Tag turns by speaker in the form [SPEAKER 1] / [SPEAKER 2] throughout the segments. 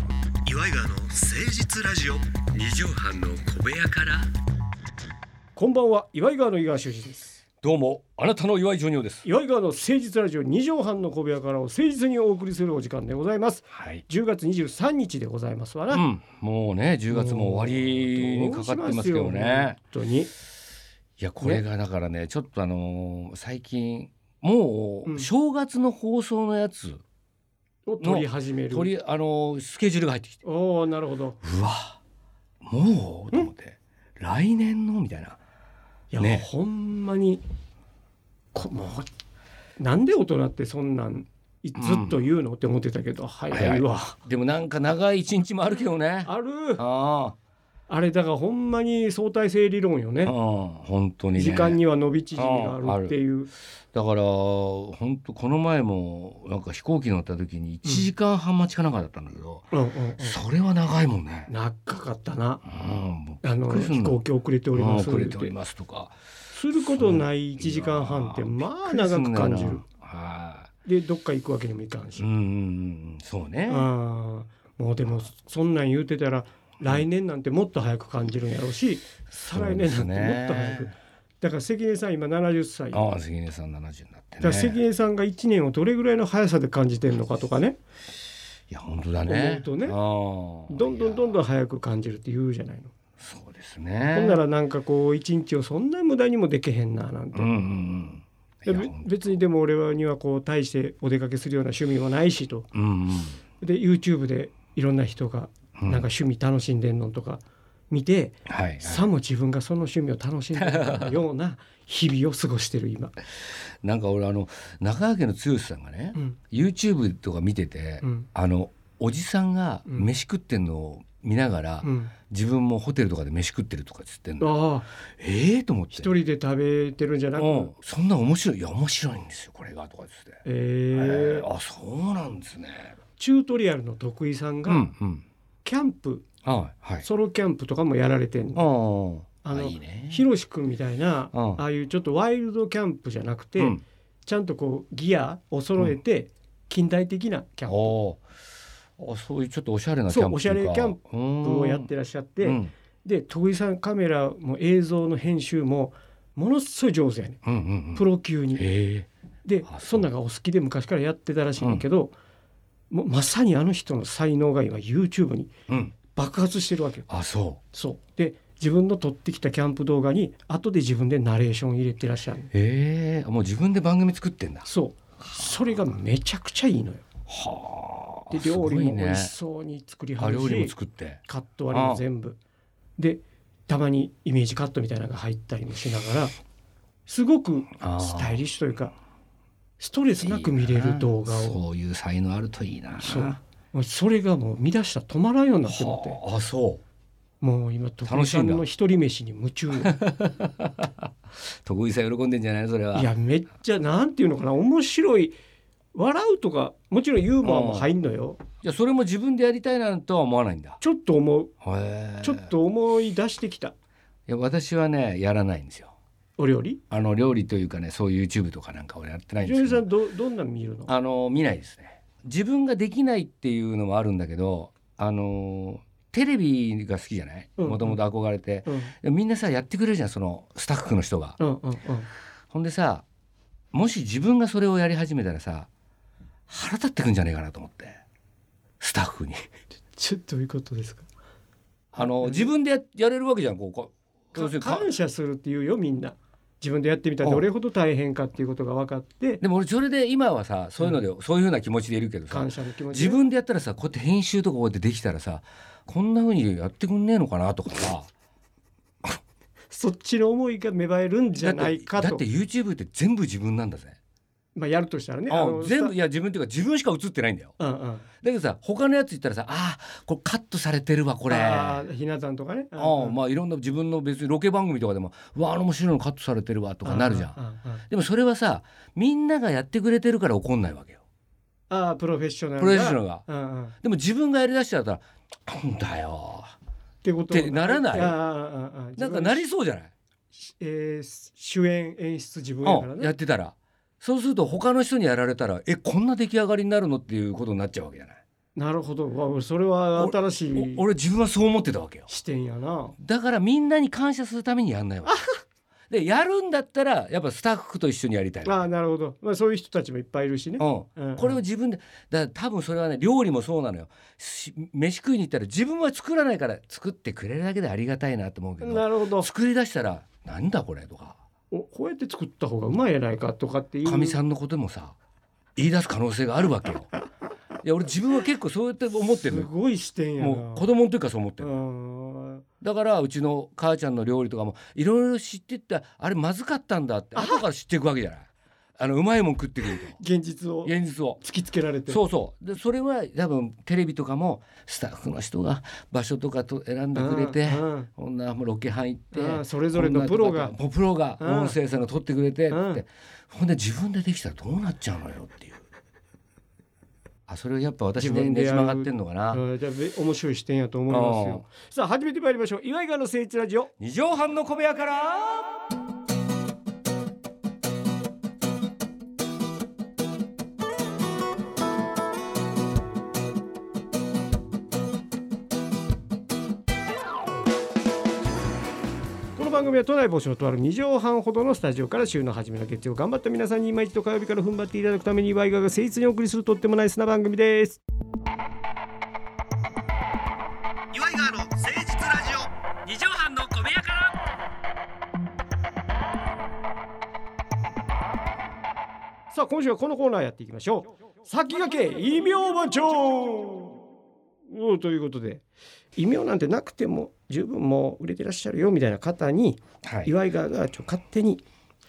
[SPEAKER 1] イガーの誠実ラジオ
[SPEAKER 2] 二畳半の小部屋から
[SPEAKER 3] こんばんは岩井川の井川修司です
[SPEAKER 2] どうもあなたの岩井ジョニオです
[SPEAKER 3] 岩井川の誠実ラジオ2畳半の小部屋からを誠実にお送りするお時間でございます
[SPEAKER 2] はい
[SPEAKER 3] 10月23日でございますわな、
[SPEAKER 2] うん、もうね10月も終わりにかかってますけどね
[SPEAKER 3] どうしますよ
[SPEAKER 2] いやこれがだからねちょっとあのー最近も
[SPEAKER 3] う
[SPEAKER 2] うん正月の放送のやつ、
[SPEAKER 3] 本当にを取り始める
[SPEAKER 2] 取りあのースケジュールが入ってきて
[SPEAKER 3] おおなるほど
[SPEAKER 2] うわもうと思って来年のみたいない
[SPEAKER 3] や、
[SPEAKER 2] ね
[SPEAKER 3] ほんまにこもうなんで大人ってそんなんいずっと言うの、って思ってたけど早いわ、
[SPEAKER 2] でもなんか長い一日もあるけどね
[SPEAKER 3] ある
[SPEAKER 2] あ
[SPEAKER 3] あれだからほんまに相対性理論よ
[SPEAKER 2] あ、
[SPEAKER 3] ね
[SPEAKER 2] うん、本当にね
[SPEAKER 3] 時間には伸び縮みがあるっていう
[SPEAKER 2] だから本当この前もなんか飛行機乗った時に1時間半待ちかなんかだったんだけど、
[SPEAKER 3] うんうんうん
[SPEAKER 2] それは長いもんね。
[SPEAKER 3] 長かったな
[SPEAKER 2] うん、もう
[SPEAKER 3] あの
[SPEAKER 2] びっくりす
[SPEAKER 3] 飛
[SPEAKER 2] るの
[SPEAKER 3] 行機遅れており
[SPEAKER 2] うん
[SPEAKER 3] ます
[SPEAKER 2] 遅
[SPEAKER 3] っ
[SPEAKER 2] れており
[SPEAKER 3] て
[SPEAKER 2] ますとか。
[SPEAKER 3] することない1時間半って
[SPEAKER 2] いやー
[SPEAKER 3] まあ長く感じ
[SPEAKER 2] びっくりすんだよ
[SPEAKER 3] る
[SPEAKER 2] なは
[SPEAKER 3] でどっか行くわけにもいかん
[SPEAKER 2] い。
[SPEAKER 3] し、
[SPEAKER 2] うんうんうん、そうね。
[SPEAKER 3] あーもうでもそんなん言うてたら来年なんてもっと早く感じるんやろうし再来年なんてもっと早く、
[SPEAKER 2] そうですね
[SPEAKER 3] だから関根さん今70歳だか
[SPEAKER 2] ああ、関根さん70になって
[SPEAKER 3] ら
[SPEAKER 2] ね。
[SPEAKER 3] 関
[SPEAKER 2] い
[SPEAKER 3] 根さんが1年をどれぐらいの速さで感じてるのかとかね
[SPEAKER 2] や本当だね。
[SPEAKER 3] 思うとね
[SPEAKER 2] ああ
[SPEAKER 3] どんどんど
[SPEAKER 2] い
[SPEAKER 3] ん
[SPEAKER 2] や
[SPEAKER 3] どん早く感じるって言うじゃないの。
[SPEAKER 2] そうですね。
[SPEAKER 3] ほんならなんかこう一日をそんなに無駄にもできへんななんて
[SPEAKER 2] うんうんう
[SPEAKER 3] で
[SPEAKER 2] ん。いや
[SPEAKER 3] べ別にでも俺はにはこう大してお出かけするような趣味もないしと
[SPEAKER 2] うんうん
[SPEAKER 3] で YouTube でいろんな人が
[SPEAKER 2] うん。
[SPEAKER 3] なんか趣味楽しんでんのとか見て、
[SPEAKER 2] はいはい。
[SPEAKER 3] さも自分がその趣味を楽しんでるような日々を過ごして る今。
[SPEAKER 2] なんか俺あの中川家の剛さんがね
[SPEAKER 3] う、ん
[SPEAKER 2] YouTube とか見てて、
[SPEAKER 3] うん
[SPEAKER 2] あのおじさんが
[SPEAKER 3] うん
[SPEAKER 2] 飯食ってんのを見ながら、
[SPEAKER 3] うん、
[SPEAKER 2] 自分もホテルとかで飯食ってるとかっつってんの。
[SPEAKER 3] ああ
[SPEAKER 2] ええと思って。
[SPEAKER 3] 一人で食べてるんじゃなく、
[SPEAKER 2] うん、そんな面白いいや面白いんですよこれがとかっつって。
[SPEAKER 3] え
[SPEAKER 2] え
[SPEAKER 3] ー
[SPEAKER 2] ー、あそうなんですね。
[SPEAKER 3] チュートリアルの得意さん
[SPEAKER 2] う
[SPEAKER 3] が
[SPEAKER 2] んうん。
[SPEAKER 3] キャンプ、
[SPEAKER 2] はいはい。
[SPEAKER 3] ソロキャンプとかもやられてんの。
[SPEAKER 2] あ
[SPEAKER 3] あ
[SPEAKER 2] あ
[SPEAKER 3] の
[SPEAKER 2] いいね。
[SPEAKER 3] ひろしくんみたいな、
[SPEAKER 2] うん
[SPEAKER 3] ああいうちょっとワイルドキャンプじゃなくて、
[SPEAKER 2] うん、
[SPEAKER 3] ちゃんとこうギアを揃えて近代的なキャンプ
[SPEAKER 2] おーあそういうちょっとおしゃれなキャンプ
[SPEAKER 3] そうおしゃれキャン
[SPEAKER 2] プ
[SPEAKER 3] をやってらっしゃって、
[SPEAKER 2] うん
[SPEAKER 3] で徳井さんカメラも映像の編集もものすごい上手やね
[SPEAKER 2] うんうんうん。
[SPEAKER 3] プロ級に。
[SPEAKER 2] え
[SPEAKER 3] で
[SPEAKER 2] あそう
[SPEAKER 3] そんなんがお好きで昔からやってたらしいんだけど、もうまさにあの人の才能が今 YouTube に
[SPEAKER 2] えうん。
[SPEAKER 3] 爆発してるわけよ。
[SPEAKER 2] あそ
[SPEAKER 3] そうで自分の撮ってきたキャンプ動画に後で自分でナレーション入れてらっしゃる
[SPEAKER 2] う。ええもう自分で番組作ってんだ。
[SPEAKER 3] そうそれがめちゃくちゃいいのよ。
[SPEAKER 2] はあ。
[SPEAKER 3] です料
[SPEAKER 2] ご
[SPEAKER 3] 理
[SPEAKER 2] い
[SPEAKER 3] も美
[SPEAKER 2] ね
[SPEAKER 3] 味しそうに作り
[SPEAKER 2] あ
[SPEAKER 3] はる
[SPEAKER 2] 料
[SPEAKER 3] し、
[SPEAKER 2] 理も作って。
[SPEAKER 3] カット割りも全部でたまにイメージカットみたいなのが入ったりもしながらすごく
[SPEAKER 2] あー
[SPEAKER 3] スタイリッシュというかストレスなく見れる動画
[SPEAKER 2] いいな
[SPEAKER 3] を
[SPEAKER 2] そういう才能あるといいな。
[SPEAKER 3] そうもうそれがもう見出したら止まらんようになってもって
[SPEAKER 2] はああそう。
[SPEAKER 3] もう今徳井さんの一人飯に夢中よ
[SPEAKER 2] 徳井さん喜んでんじゃないのそれは。
[SPEAKER 3] いやめっちゃなんていうのかな面白い笑うとかもちろんユーモアも入んのよ
[SPEAKER 2] じゃあそれも自分でやりたいなんとは思わないんだ。
[SPEAKER 3] ちょっと思う
[SPEAKER 2] へえ
[SPEAKER 3] ちょっと思い出してきた
[SPEAKER 2] いや私はねやらないんですよ。
[SPEAKER 3] お料理
[SPEAKER 2] あの料理というかねそういう YouTube とかなんかをやってないん
[SPEAKER 3] ジ
[SPEAKER 2] で
[SPEAKER 3] ョニ
[SPEAKER 2] す
[SPEAKER 3] ー
[SPEAKER 2] け
[SPEAKER 3] さ
[SPEAKER 2] ど
[SPEAKER 3] んどどんなん見るの
[SPEAKER 2] あの見ないですね。自分ができないっていうのもあるんだけどあのテレビが好きじゃない
[SPEAKER 3] うんうん
[SPEAKER 2] もともと憧れて、
[SPEAKER 3] うん
[SPEAKER 2] みんなさやってくれるじゃんそのスタッフの人が。
[SPEAKER 3] うんうんうん
[SPEAKER 2] ほんでさもし自分がそれをやり始めたらさ腹立ってくんじゃねえかなと思ってスタッフに。
[SPEAKER 3] ちょっとどういうことですか
[SPEAKER 2] あの自分でややれるわけじゃんこうこう要するにか
[SPEAKER 3] 感謝するっていうよみんな自分でやってみたら
[SPEAKER 2] うん
[SPEAKER 3] どれほど大変かっていうことが分かって
[SPEAKER 2] でも俺それで今はさそういうので、そういうふうな気持ちでいるけどさ
[SPEAKER 3] 感謝の気持ち
[SPEAKER 2] 自
[SPEAKER 3] で
[SPEAKER 2] 分でやったらさこうやって編集とかこうやってできたらさこんなふうにやってくんねえのかなとかさ
[SPEAKER 3] そっちの思いが芽生えるんじゃ
[SPEAKER 2] だっ
[SPEAKER 3] な
[SPEAKER 2] て
[SPEAKER 3] いか
[SPEAKER 2] だっ
[SPEAKER 3] と
[SPEAKER 2] て YouTube って全部自分なんだぜ、
[SPEAKER 3] まあやるとしたらね
[SPEAKER 2] あ
[SPEAKER 3] あの
[SPEAKER 2] 全部い
[SPEAKER 3] さ
[SPEAKER 2] や自分っていうか自分しか映ってないんだよ
[SPEAKER 3] うんうん
[SPEAKER 2] だけどさ他のやつ言ったらさあーこれカットされてるわこれ
[SPEAKER 3] あーひな壇とかね
[SPEAKER 2] ああまあいろんな自分の別にロケ番組とかでも「うわあの面白いのカットされてるわ」とかなるじゃん
[SPEAKER 3] んうんうん
[SPEAKER 2] でもそれはさみんながやってくれてるから怒んないわけよ
[SPEAKER 3] ああプロフェッショナル
[SPEAKER 2] プロフェッショナルが。
[SPEAKER 3] ルうんうんっ
[SPEAKER 2] でも自分がやりだしちゃったら「なんだよ
[SPEAKER 3] てこと
[SPEAKER 2] ってならない
[SPEAKER 3] ああああああ」
[SPEAKER 2] なんかなりそうじゃない、
[SPEAKER 3] 自分えー主演演出自分やから
[SPEAKER 2] うん、やっ
[SPEAKER 3] ね
[SPEAKER 2] てたらそうすると他の人にやられたら「えこんな出来上がりになるの?」っていうことになっちゃうわけじゃない。
[SPEAKER 3] なるほどわ俺それは新しい
[SPEAKER 2] お俺自分はそう思ってたわけよ
[SPEAKER 3] 視点やな
[SPEAKER 2] だからみんなに感謝するためにやんないわけでやるんだったらやっぱスタッフと一緒にやりたいわ
[SPEAKER 3] ああなるほど、まあ、そういう人たちもいっぱいいるしね
[SPEAKER 2] け、うん、
[SPEAKER 3] うんうん
[SPEAKER 2] これを自分でだから多分それはね料理もそうなのよし飯食いに行ったら自分は作らないから作ってくれるだけでありがたいなと思うけど
[SPEAKER 3] なるほど
[SPEAKER 2] 作り出したら「なんだこれ」とか
[SPEAKER 3] おこうやって作った方がうまいやないかとかっていう
[SPEAKER 2] かみさんのこともさ言い出す可能性があるわけよ。いや俺自分は結構そうやって思ってるの
[SPEAKER 3] す
[SPEAKER 2] よ
[SPEAKER 3] ごい視点やな
[SPEAKER 2] もう子供の時からそう思ってる
[SPEAKER 3] うん
[SPEAKER 2] だからうちの母ちゃんの料理とかもいろいろ知ってったあれまずかったんだって後から知っていくわけじゃないあのうまいもん食ってくると
[SPEAKER 3] 現実を
[SPEAKER 2] 現実を
[SPEAKER 3] 突きつけられて
[SPEAKER 2] そうそうでそれは多分テレビとかもスタッフの人が場所とかと選んでくれて
[SPEAKER 3] うんうん
[SPEAKER 2] こんなもうロケ班行って
[SPEAKER 3] うんそれぞれのプロ
[SPEAKER 2] こ
[SPEAKER 3] が
[SPEAKER 2] んなとかもうプロが
[SPEAKER 3] うん
[SPEAKER 2] 音声さんが撮ってくれてって
[SPEAKER 3] うん
[SPEAKER 2] ほんで自分でできたらどうなっちゃうのよっていうあそれをやっぱ私
[SPEAKER 3] 自
[SPEAKER 2] ね
[SPEAKER 3] 分で
[SPEAKER 2] ねじ
[SPEAKER 3] やる
[SPEAKER 2] 曲がってんのかな
[SPEAKER 3] うんじゃあべ面白い視点やと思いますよさあ始めてまいりましょう岩井川の誠一ラジオ
[SPEAKER 2] 二畳半の小部屋から
[SPEAKER 3] この番組は都内某所のとある2畳半ほどのスタジオから週の初めの月曜頑張った皆さんに今一度火曜日から踏ん張っていただくために岩井川が誠実にお送りするとってもナイスな番組です
[SPEAKER 1] 岩井川の誠実ラジオ
[SPEAKER 2] 二畳半の小部屋から
[SPEAKER 3] さあ今週はこのコーナーやっていきましょう先駆け異名番長うんということで異名なんてなくても十分もう売れてらっしゃるよみたいな方に
[SPEAKER 2] はい、
[SPEAKER 3] 岩井川がちょ勝手に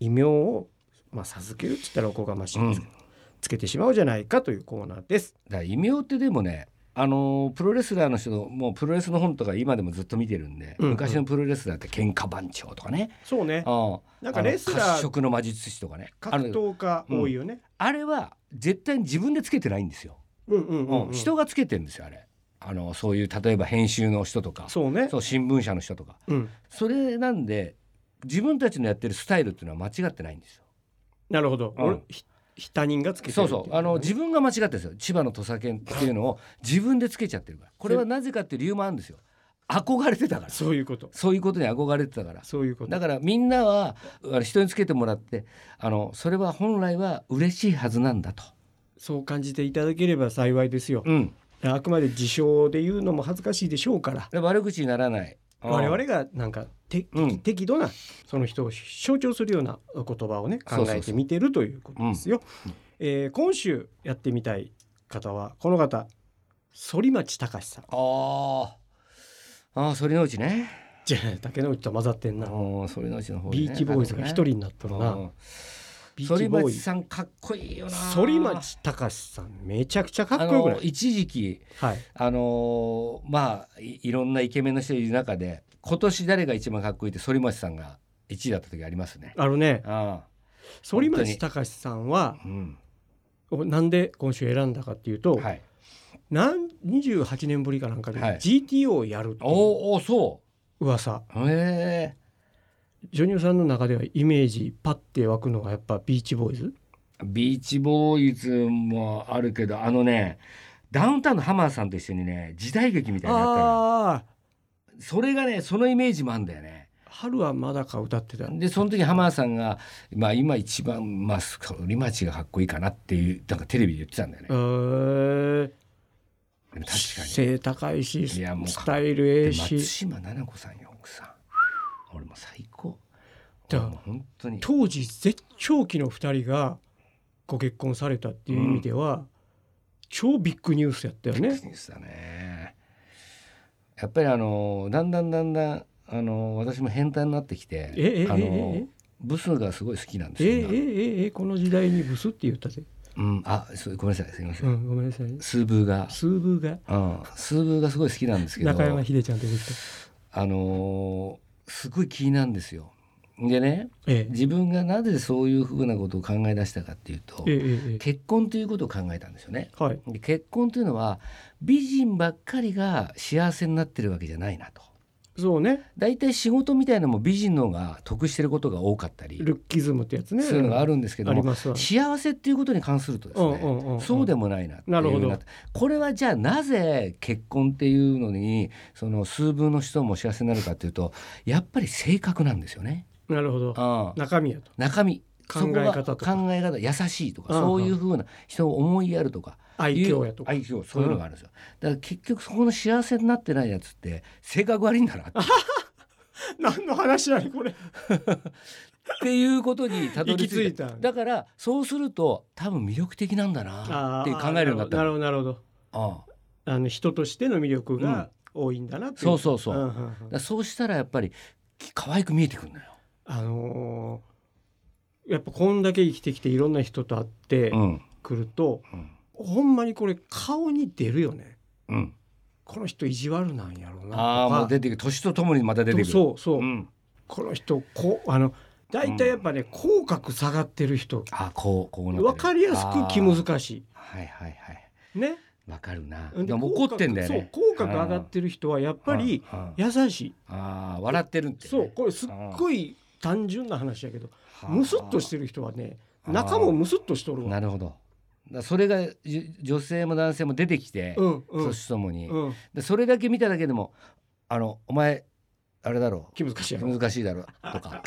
[SPEAKER 3] 異名をまあ授けるって言ったらおこがましいですけど、つけてしまおうじゃないかというコーナーです。
[SPEAKER 2] だから異名ってでもねあのープロレスラーの人のもうプロレスの本とか今でもずっと見てるんで、
[SPEAKER 3] うんうん
[SPEAKER 2] 昔のプロレスラーって喧嘩番長とかね、
[SPEAKER 3] そうね
[SPEAKER 2] ああ
[SPEAKER 3] なんかレスラー
[SPEAKER 2] あの褐色の魔術師とかねあ
[SPEAKER 3] 格
[SPEAKER 2] の
[SPEAKER 3] 闘家多いよね。
[SPEAKER 2] あれは絶対に自分でつけてないんですよ、
[SPEAKER 3] うんうん
[SPEAKER 2] うん人がつけてるんですよあれあのそういう例えば編集の人とか
[SPEAKER 3] そうね。
[SPEAKER 2] そう新聞社の人とか
[SPEAKER 3] うん、
[SPEAKER 2] それなんで自分たちのやってるスタイルっていうのは間違ってないんですよ
[SPEAKER 3] なるほど。
[SPEAKER 2] うん
[SPEAKER 3] 俺ひひ他人がつけてる
[SPEAKER 2] そうそうあの
[SPEAKER 3] じ
[SPEAKER 2] 自分が間違ってるんですよ千葉の土佐犬っていうのを自分でつけちゃってるからこれはなぜかっていう理由もあるんですよ憧れてたから
[SPEAKER 3] そういうこと。
[SPEAKER 2] そういうことに憧れてたから
[SPEAKER 3] そういうこと。
[SPEAKER 2] だからみんなはあの人につけてもらってあのそれは本来は嬉しいはずなんだと、
[SPEAKER 3] そう感じていただければ幸いですよ。
[SPEAKER 2] うん、
[SPEAKER 3] あくまで自称で言うのも恥ずかしいでしょうから。
[SPEAKER 2] で悪口にならないうん
[SPEAKER 3] 我々がなんかて、
[SPEAKER 2] うん
[SPEAKER 3] 適度なその人を象徴するような言葉をね
[SPEAKER 2] そうそ
[SPEAKER 3] 考
[SPEAKER 2] うそう
[SPEAKER 3] えてみてるということですよ。えー今週やってみたい方はこの方反町隆史さん
[SPEAKER 2] あーあーそれのうちね
[SPEAKER 3] じゃあ竹野内と混ざってん
[SPEAKER 2] あ
[SPEAKER 3] な、
[SPEAKER 2] ーそれのうちの方でね
[SPEAKER 3] ビーチボーイズが一人になっと
[SPEAKER 2] あ
[SPEAKER 3] る
[SPEAKER 2] の
[SPEAKER 3] な、
[SPEAKER 2] ね
[SPEAKER 3] ビ
[SPEAKER 2] う
[SPEAKER 3] ー
[SPEAKER 2] ん
[SPEAKER 3] チ
[SPEAKER 2] 反
[SPEAKER 3] ボー
[SPEAKER 2] 町
[SPEAKER 3] イ
[SPEAKER 2] さんかっこいいよな
[SPEAKER 3] 反町隆史さんめちゃくちゃか
[SPEAKER 2] あ
[SPEAKER 3] っこよくな
[SPEAKER 2] の
[SPEAKER 3] い、
[SPEAKER 2] 一時期
[SPEAKER 3] はい、
[SPEAKER 2] あのーまあいいろんなイケメンの人いる中で今年誰が一番かっこいいって反町さんが1位だった時ありますね。
[SPEAKER 3] あのね
[SPEAKER 2] あ
[SPEAKER 3] 反
[SPEAKER 2] 本当
[SPEAKER 3] 町
[SPEAKER 2] に
[SPEAKER 3] 隆史さんは
[SPEAKER 2] あうん
[SPEAKER 3] おなんで今週選んだかっていうと、
[SPEAKER 2] はい、
[SPEAKER 3] なん28年ぶりかなんかで
[SPEAKER 2] はい
[SPEAKER 3] GTO をやるっていう
[SPEAKER 2] おーおーそ
[SPEAKER 3] 噂、
[SPEAKER 2] うへえ
[SPEAKER 3] ジョニオさんの中ではイメージパッて湧くのがやっぱビーチボーイズ
[SPEAKER 2] ビーチボーイズもあるけどあのねダウンタウンのハマーさんと一緒にね時代劇みたいになったの
[SPEAKER 3] ああ
[SPEAKER 2] それがねそのイメージもあるんだよね。
[SPEAKER 3] 春はまだか歌ってたよ
[SPEAKER 2] でその時浜田さんが、まあ、今一番、まあ、リマチがかっこいいかなっていうなんかテレビで言ってたんだよね、
[SPEAKER 3] えー、
[SPEAKER 2] でも確かに
[SPEAKER 3] 背高いし
[SPEAKER 2] いやもう
[SPEAKER 3] スタイルえ
[SPEAKER 2] で
[SPEAKER 3] え
[SPEAKER 2] 松
[SPEAKER 3] し
[SPEAKER 2] 島菜々子さんよ奥さん俺もう最高
[SPEAKER 3] だ
[SPEAKER 2] 俺もう本当に
[SPEAKER 3] 当時絶頂期の2人がご結婚されたっていう意味では、超ビッグニュースやったよ
[SPEAKER 2] ニ
[SPEAKER 3] ね。
[SPEAKER 2] ュースだねやっぱりあのだんだんだんだんあの私も変態になってきて
[SPEAKER 3] ええええ
[SPEAKER 2] あの
[SPEAKER 3] え
[SPEAKER 2] ブスがすごい好きなんです
[SPEAKER 3] ええ
[SPEAKER 2] よ、
[SPEAKER 3] え
[SPEAKER 2] 今
[SPEAKER 3] ええこの時代にブスって言ったぜ。
[SPEAKER 2] うん、あそうごめんなさいすみませ、
[SPEAKER 3] うんん、ごめんなさい。
[SPEAKER 2] スーブーが、
[SPEAKER 3] スーブーが
[SPEAKER 2] うん、スーブーがすごい好きなんですけど
[SPEAKER 3] 中山秀ちゃん出てきた。
[SPEAKER 2] あのーすごい気なんですよ。でね
[SPEAKER 3] ええ
[SPEAKER 2] 自分がなぜそういうふうなことを考え出したかっていうと
[SPEAKER 3] ええええ
[SPEAKER 2] 結婚ということを考えたんですよね。
[SPEAKER 3] えはい。
[SPEAKER 2] で結婚というのは美人ばっかりが幸せになってるわけじゃないなと。
[SPEAKER 3] そうね
[SPEAKER 2] 大体仕事みたいなのも美人の方が得してることが多かったり
[SPEAKER 3] ルッキズムってやつね
[SPEAKER 2] するのがあるんですけど
[SPEAKER 3] あり
[SPEAKER 2] も、
[SPEAKER 3] ますわ
[SPEAKER 2] 幸せっていうことに関するとですね、
[SPEAKER 3] うんうんうんうん
[SPEAKER 2] そうでもないなっていう
[SPEAKER 3] なるほど
[SPEAKER 2] なってこれはじゃあなぜ結婚っていうのにその数分の人も幸せになるかっていうとやっぱり性格なんですよね。
[SPEAKER 3] なるほど
[SPEAKER 2] ああ
[SPEAKER 3] 中身やと
[SPEAKER 2] 中身
[SPEAKER 3] 考え
[SPEAKER 2] そ
[SPEAKER 3] 方
[SPEAKER 2] こと
[SPEAKER 3] か
[SPEAKER 2] が考え方優しいとか
[SPEAKER 3] うんうん
[SPEAKER 2] そういうふうな人を思いやるとか
[SPEAKER 3] 愛嬌やとか
[SPEAKER 2] 愛嬌そういうのがあるんですよだから結局そこの幸せになってないやつって性格悪いんだな って
[SPEAKER 3] 何の話やねんこれ
[SPEAKER 2] っていうことにたどり着いた
[SPEAKER 3] 行き着いた
[SPEAKER 2] だからそうすると多分魅力的なんだな
[SPEAKER 3] あ
[SPEAKER 2] って
[SPEAKER 3] ー
[SPEAKER 2] 考えるようになった
[SPEAKER 3] なる
[SPEAKER 2] の
[SPEAKER 3] ほどなるほど
[SPEAKER 2] ああ
[SPEAKER 3] あの人としての魅力が多いんだなってい
[SPEAKER 2] そうそうそう、
[SPEAKER 3] ん
[SPEAKER 2] だか
[SPEAKER 3] んん
[SPEAKER 2] らそうしたらやっぱりき可愛く見えてくるのよ、
[SPEAKER 3] あのーやっぱこんだけ生きてきていろんな人と会って
[SPEAKER 2] うん
[SPEAKER 3] くると、
[SPEAKER 2] うん
[SPEAKER 3] ほんまにこれ顔に出るよね
[SPEAKER 2] うん、
[SPEAKER 3] この人意地悪なんやろうなとか
[SPEAKER 2] ああもう出てくる年とともにまた出てくる
[SPEAKER 3] そうそう、
[SPEAKER 2] うん、
[SPEAKER 3] この人こうあの大体やっぱね、口角下がってる人
[SPEAKER 2] ああこうこうなってる
[SPEAKER 3] 分かりやすく気
[SPEAKER 2] あ
[SPEAKER 3] 難し
[SPEAKER 2] あはいはいはい
[SPEAKER 3] いね
[SPEAKER 2] わかるな
[SPEAKER 3] で
[SPEAKER 2] でも怒ってんだよね
[SPEAKER 3] そう口角上がってる人はやっぱり
[SPEAKER 2] うんうん
[SPEAKER 3] 優しい
[SPEAKER 2] ああ笑ってるってね、
[SPEAKER 3] そうこれすっごい単純な話やけど
[SPEAKER 2] はあ
[SPEAKER 3] ムスッとしてる人はね
[SPEAKER 2] あ
[SPEAKER 3] 中もムスッとしとるわ
[SPEAKER 2] なるほどだからそれがじゅ女性も男性も出てきて、
[SPEAKER 3] うんうん
[SPEAKER 2] 年とともに、
[SPEAKER 3] うん
[SPEAKER 2] でそれだけ見ただけでも「あのお前あれだろ
[SPEAKER 3] 気難しいやろ。
[SPEAKER 2] 難しいだろ」とか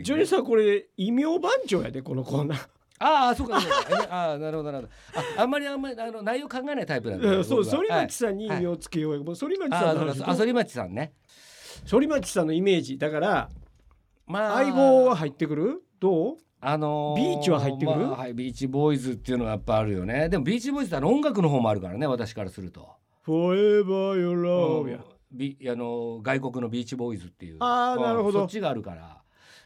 [SPEAKER 3] ジョニーさんこれ異名番長やでこのコーナー
[SPEAKER 2] ああそうかそうかえああなるほどなるほどああんまりあんまりあの内容考えないタイプなんだ
[SPEAKER 3] うん そう
[SPEAKER 2] 僕は
[SPEAKER 3] 反
[SPEAKER 2] はい
[SPEAKER 3] 町さんに異名をつけようよもう反町
[SPEAKER 2] あ
[SPEAKER 3] さ
[SPEAKER 2] あ
[SPEAKER 3] んの
[SPEAKER 2] そうかそ
[SPEAKER 3] 話
[SPEAKER 2] うあ反町さんね
[SPEAKER 3] 反町さんのイメージだから
[SPEAKER 2] まあ
[SPEAKER 3] 相棒は入ってくるどう
[SPEAKER 2] あの
[SPEAKER 3] ビーチは入ってくる
[SPEAKER 2] まあはいビーチボーイズっていうのはやっぱあるよねでもビーチボーイズってあの音楽の方もあるからね私からすると
[SPEAKER 3] Forever Your Love や
[SPEAKER 2] ビあの外国のビーチボーイズっていう
[SPEAKER 3] あーなるほど
[SPEAKER 2] そっちがあるからだか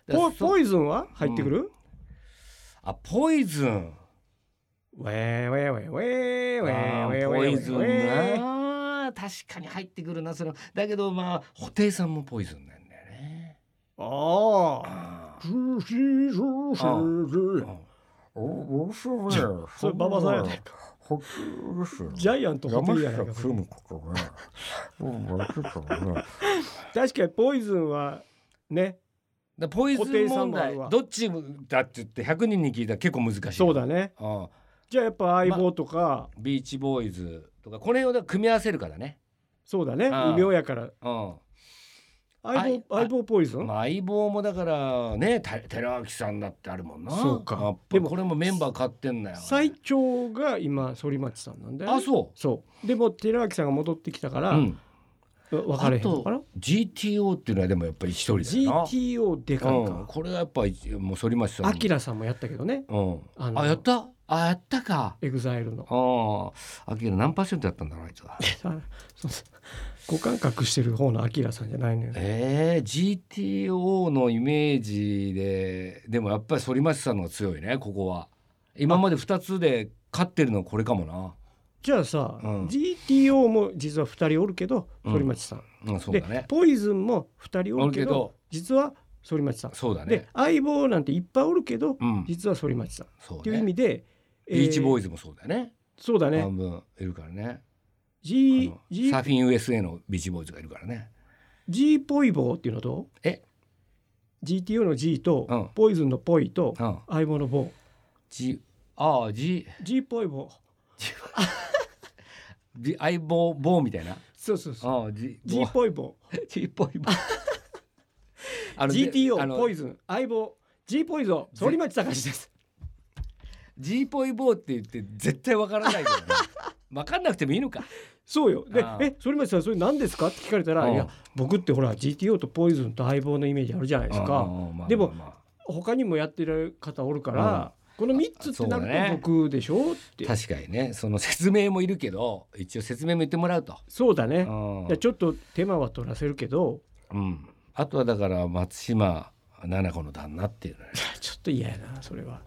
[SPEAKER 2] ら
[SPEAKER 3] ポ
[SPEAKER 2] そ
[SPEAKER 3] ポイズンは入ってくる
[SPEAKER 2] あポイズン
[SPEAKER 3] ウェーウェーウェーウェーウェー
[SPEAKER 2] あ
[SPEAKER 3] ウェー
[SPEAKER 2] ー
[SPEAKER 3] ウェー
[SPEAKER 2] ポイズン
[SPEAKER 3] ウェー
[SPEAKER 2] な確かに入ってくるなそのだけどまあ布袋さんもポイズンなんだよね
[SPEAKER 3] ああ
[SPEAKER 2] あ
[SPEAKER 3] ジューシージューシージュー
[SPEAKER 2] おおすごいそ
[SPEAKER 3] それ馬場さんやないかジャイアントホテルやないかそれ確かにポイズンはね
[SPEAKER 2] だポイズ
[SPEAKER 3] 布袋
[SPEAKER 2] ン
[SPEAKER 3] さ
[SPEAKER 2] 問
[SPEAKER 3] んもあ
[SPEAKER 2] 題
[SPEAKER 3] るわ
[SPEAKER 2] どっちだって言って100人に聞いたら結構難しい
[SPEAKER 3] そうだね
[SPEAKER 2] うん
[SPEAKER 3] じゃあやっぱ相棒とか
[SPEAKER 2] ビーチボーイズとかこの辺をだから組み合わせるからね
[SPEAKER 3] そうだね
[SPEAKER 2] あ
[SPEAKER 3] 異名やから
[SPEAKER 2] うん
[SPEAKER 3] 相棒
[SPEAKER 2] あい
[SPEAKER 3] 相棒ポイズン
[SPEAKER 2] まあ相棒もだからねた寺脇さんだってあるもんな
[SPEAKER 3] そうか
[SPEAKER 2] やっぱ
[SPEAKER 3] でも
[SPEAKER 2] これもメンバー買ってんだよ
[SPEAKER 3] 最長が今反町さんなんだよね
[SPEAKER 2] あそう
[SPEAKER 3] そうでも寺脇さんが戻ってきたから、
[SPEAKER 2] うん、
[SPEAKER 3] 分かれへんのかな
[SPEAKER 2] GTO っていうのはでもやっぱり一人だよな
[SPEAKER 3] GTO でかい
[SPEAKER 2] うん、
[SPEAKER 3] か
[SPEAKER 2] これはやっぱ一もう反町さん
[SPEAKER 3] アキラさんもやったけどね
[SPEAKER 2] うん、
[SPEAKER 3] あの
[SPEAKER 2] あやったあやったか
[SPEAKER 3] エグザイルの
[SPEAKER 2] ああアキラ何パーセントだったんだろうあいつは
[SPEAKER 3] 股間隠してる方のアキラさんじゃないのよ
[SPEAKER 2] えー、GTO のイメージででもやっぱり反町さんの方が強いねここは今まで2つで勝ってるのはこれかもな
[SPEAKER 3] じゃあさ、
[SPEAKER 2] うん
[SPEAKER 3] GTO も実は2人おるけど
[SPEAKER 2] うん
[SPEAKER 3] 反町さん、
[SPEAKER 2] うんそう
[SPEAKER 3] で
[SPEAKER 2] だね
[SPEAKER 3] ポイズンも2人おるけど
[SPEAKER 2] おるけど
[SPEAKER 3] 実は反町さん、
[SPEAKER 2] そうだね
[SPEAKER 3] で相棒なんていっぱいおるけど、
[SPEAKER 2] うん
[SPEAKER 3] 実は反町さんっ
[SPEAKER 2] そう
[SPEAKER 3] ていう
[SPEAKER 2] ね
[SPEAKER 3] 意味で、
[SPEAKER 2] ビーチボー
[SPEAKER 3] イ
[SPEAKER 2] イズもそうだよね、
[SPEAKER 3] そうだね
[SPEAKER 2] 半分いるからね
[SPEAKER 3] G,
[SPEAKER 2] あの
[SPEAKER 3] G,
[SPEAKER 2] サーフィン USA のビーチボーイズがいるからね
[SPEAKER 3] G ポイボーっていうのと
[SPEAKER 2] え
[SPEAKER 3] GTO の G と、
[SPEAKER 2] うん
[SPEAKER 3] ポイズンのポイと、
[SPEAKER 2] うん
[SPEAKER 3] 相棒の棒
[SPEAKER 2] G ああ G
[SPEAKER 3] G ポイボー
[SPEAKER 2] G 相棒棒みたいな
[SPEAKER 3] そうそうそう
[SPEAKER 2] ああ G
[SPEAKER 3] G ポイボ
[SPEAKER 2] G っぽい棒 あ
[SPEAKER 3] ー
[SPEAKER 2] の
[SPEAKER 3] GTO
[SPEAKER 2] あの
[SPEAKER 3] ポイズン相棒 G ポイゾー反町隆史です
[SPEAKER 2] G っぽい棒って言って絶対わから ないけどねわかんなくてもいいのか
[SPEAKER 3] そうよで
[SPEAKER 2] あ
[SPEAKER 3] 「
[SPEAKER 2] あ
[SPEAKER 3] え反町さんそれ何ですか?」って聞かれたら「
[SPEAKER 2] うん
[SPEAKER 3] いや僕ってほら GTO とポイズンと相棒のイメージあるじゃないです
[SPEAKER 2] ああ
[SPEAKER 3] か
[SPEAKER 2] まあまあ
[SPEAKER 3] でも
[SPEAKER 2] まあ
[SPEAKER 3] 他にもやってる方おるから、この3つ
[SPEAKER 2] あ
[SPEAKER 3] ってな
[SPEAKER 2] そうだね
[SPEAKER 3] ると僕でしょ?」って
[SPEAKER 2] 確かにねその説明もいるけど一応説明も言ってもらうと、
[SPEAKER 3] そうだね
[SPEAKER 2] うん
[SPEAKER 3] いやちょっと手間は取らせるけど
[SPEAKER 2] うん、あとはだから松島奈々子の旦那っていう のね
[SPEAKER 3] ちょっと嫌やなそれは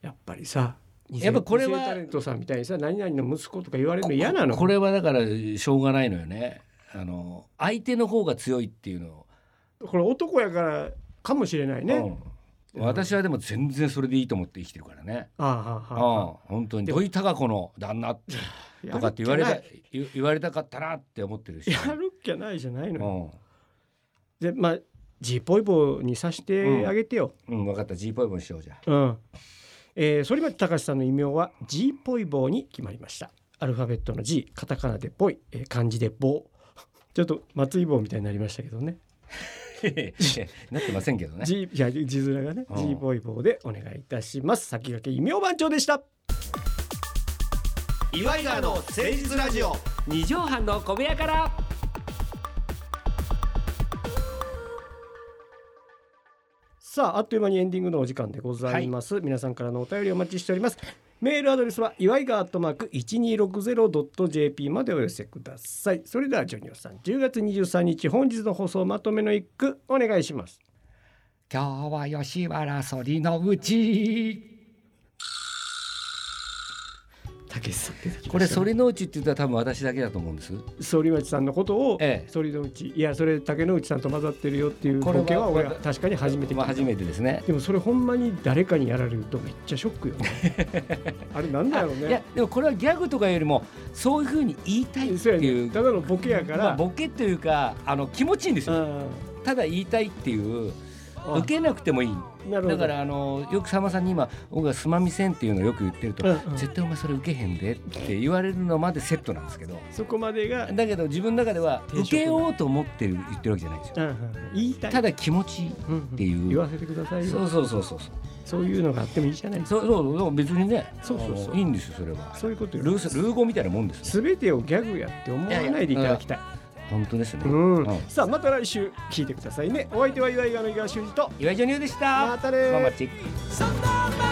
[SPEAKER 3] やっぱりさ偽
[SPEAKER 2] やっぱこれは
[SPEAKER 3] 偽タレントさんみたいにさ何々の息子とか言われるの嫌なの
[SPEAKER 2] これはだからしょうがないのよねあの相手の方が強いっていうのを
[SPEAKER 3] これ男やからかもしれないね、
[SPEAKER 2] うん私はでも全然それでいいと思って生きてるからね。
[SPEAKER 3] ああ
[SPEAKER 2] う
[SPEAKER 3] は
[SPEAKER 2] ん
[SPEAKER 3] あはあ
[SPEAKER 2] 本当に
[SPEAKER 3] で
[SPEAKER 2] 土井孝子の旦那とかって言われた言言われたかったなって思ってるし。
[SPEAKER 3] やるっきゃないじゃないうのよ、
[SPEAKER 2] ん
[SPEAKER 3] でまあジーポイボにさしてあげてよ、
[SPEAKER 2] うん分かった。G ポイボンしようじゃ。
[SPEAKER 3] うんえー、反町隆史さんの異名は G ポイボーに決まりましたアルファベットの G カタカナでポイ、えー 漢字で棒ちょっと松井棒みたいになりましたけどね
[SPEAKER 2] なってませんけどね。
[SPEAKER 3] G いや字面がね
[SPEAKER 2] うん
[SPEAKER 3] G ボイボーでお願いいたします先駆け異名番長でした
[SPEAKER 1] 岩井川の誠実ラジオ
[SPEAKER 3] 二畳半の小部屋からさああっという間にエンディングのお時間でございます、皆さんからのお便りお待ちしておりますメールアドレスは岩井がアットマーク 1260.jp までお寄せくださいそれではジョニオさん10月23日本日の放送まとめの一句お願いします
[SPEAKER 2] 今日は吉原そりのうち。
[SPEAKER 3] たけしさん出てきました
[SPEAKER 2] これそりのうちって言ったら多分私だけだと思うんです。
[SPEAKER 3] 反町さんのことを
[SPEAKER 2] ええ
[SPEAKER 3] 反のうちいやそれ竹野内さんと混ざってるよっていう
[SPEAKER 2] これは
[SPEAKER 3] ボケは俺は
[SPEAKER 2] これ
[SPEAKER 3] 確かに初めて聞い
[SPEAKER 2] ま
[SPEAKER 3] た
[SPEAKER 2] あ初めてですね。
[SPEAKER 3] でもそれほんまに誰かにやられるとめっちゃショックよねあれなんだろう
[SPEAKER 2] いや
[SPEAKER 3] ね
[SPEAKER 2] でもこれはギャグとかよりもそういうふうに言いたいって
[SPEAKER 3] そうや
[SPEAKER 2] い
[SPEAKER 3] ね
[SPEAKER 2] う
[SPEAKER 3] ただのボケやから、
[SPEAKER 2] まあ、ボケというかあの気持ちいいんですよ
[SPEAKER 3] あ
[SPEAKER 2] ただ言いたいっていう
[SPEAKER 3] あ
[SPEAKER 2] 受けなくてもいい
[SPEAKER 3] なるほ
[SPEAKER 2] だ
[SPEAKER 3] ど
[SPEAKER 2] からあのよくさんまさんに今僕が「すまみせん」っていうのをよく言ってると
[SPEAKER 3] うん
[SPEAKER 2] 「
[SPEAKER 3] うん
[SPEAKER 2] 絶対お前それ受けへんで」って言われるのまでセットなんですけど
[SPEAKER 3] そこまでが、
[SPEAKER 2] だけど自分の中では
[SPEAKER 3] 定食
[SPEAKER 2] 受けようと思ってる言ってるわけじゃないんですよ
[SPEAKER 3] うんうん言いたい
[SPEAKER 2] ただ気持ちいい
[SPEAKER 3] うんん
[SPEAKER 2] っていう
[SPEAKER 3] 言わせてください
[SPEAKER 2] そ
[SPEAKER 3] よ
[SPEAKER 2] うそうそうそうそう
[SPEAKER 3] そういうのがあってもいいじゃないですか
[SPEAKER 2] そうそうそう別にね
[SPEAKER 3] そうそうそう
[SPEAKER 2] あのいいんですよそれは
[SPEAKER 3] そういうことよ
[SPEAKER 2] ルースルー語みたいなもんです
[SPEAKER 3] 全てをギャグやって思わないでいただきたい
[SPEAKER 2] 本当ですね
[SPEAKER 3] うん
[SPEAKER 2] うん
[SPEAKER 3] さあまた来週聞いてくださいねお相手は岩井川の井川修司と
[SPEAKER 2] 岩井ジョニオでした
[SPEAKER 3] またねー
[SPEAKER 2] ママチェック
[SPEAKER 4] Sometimes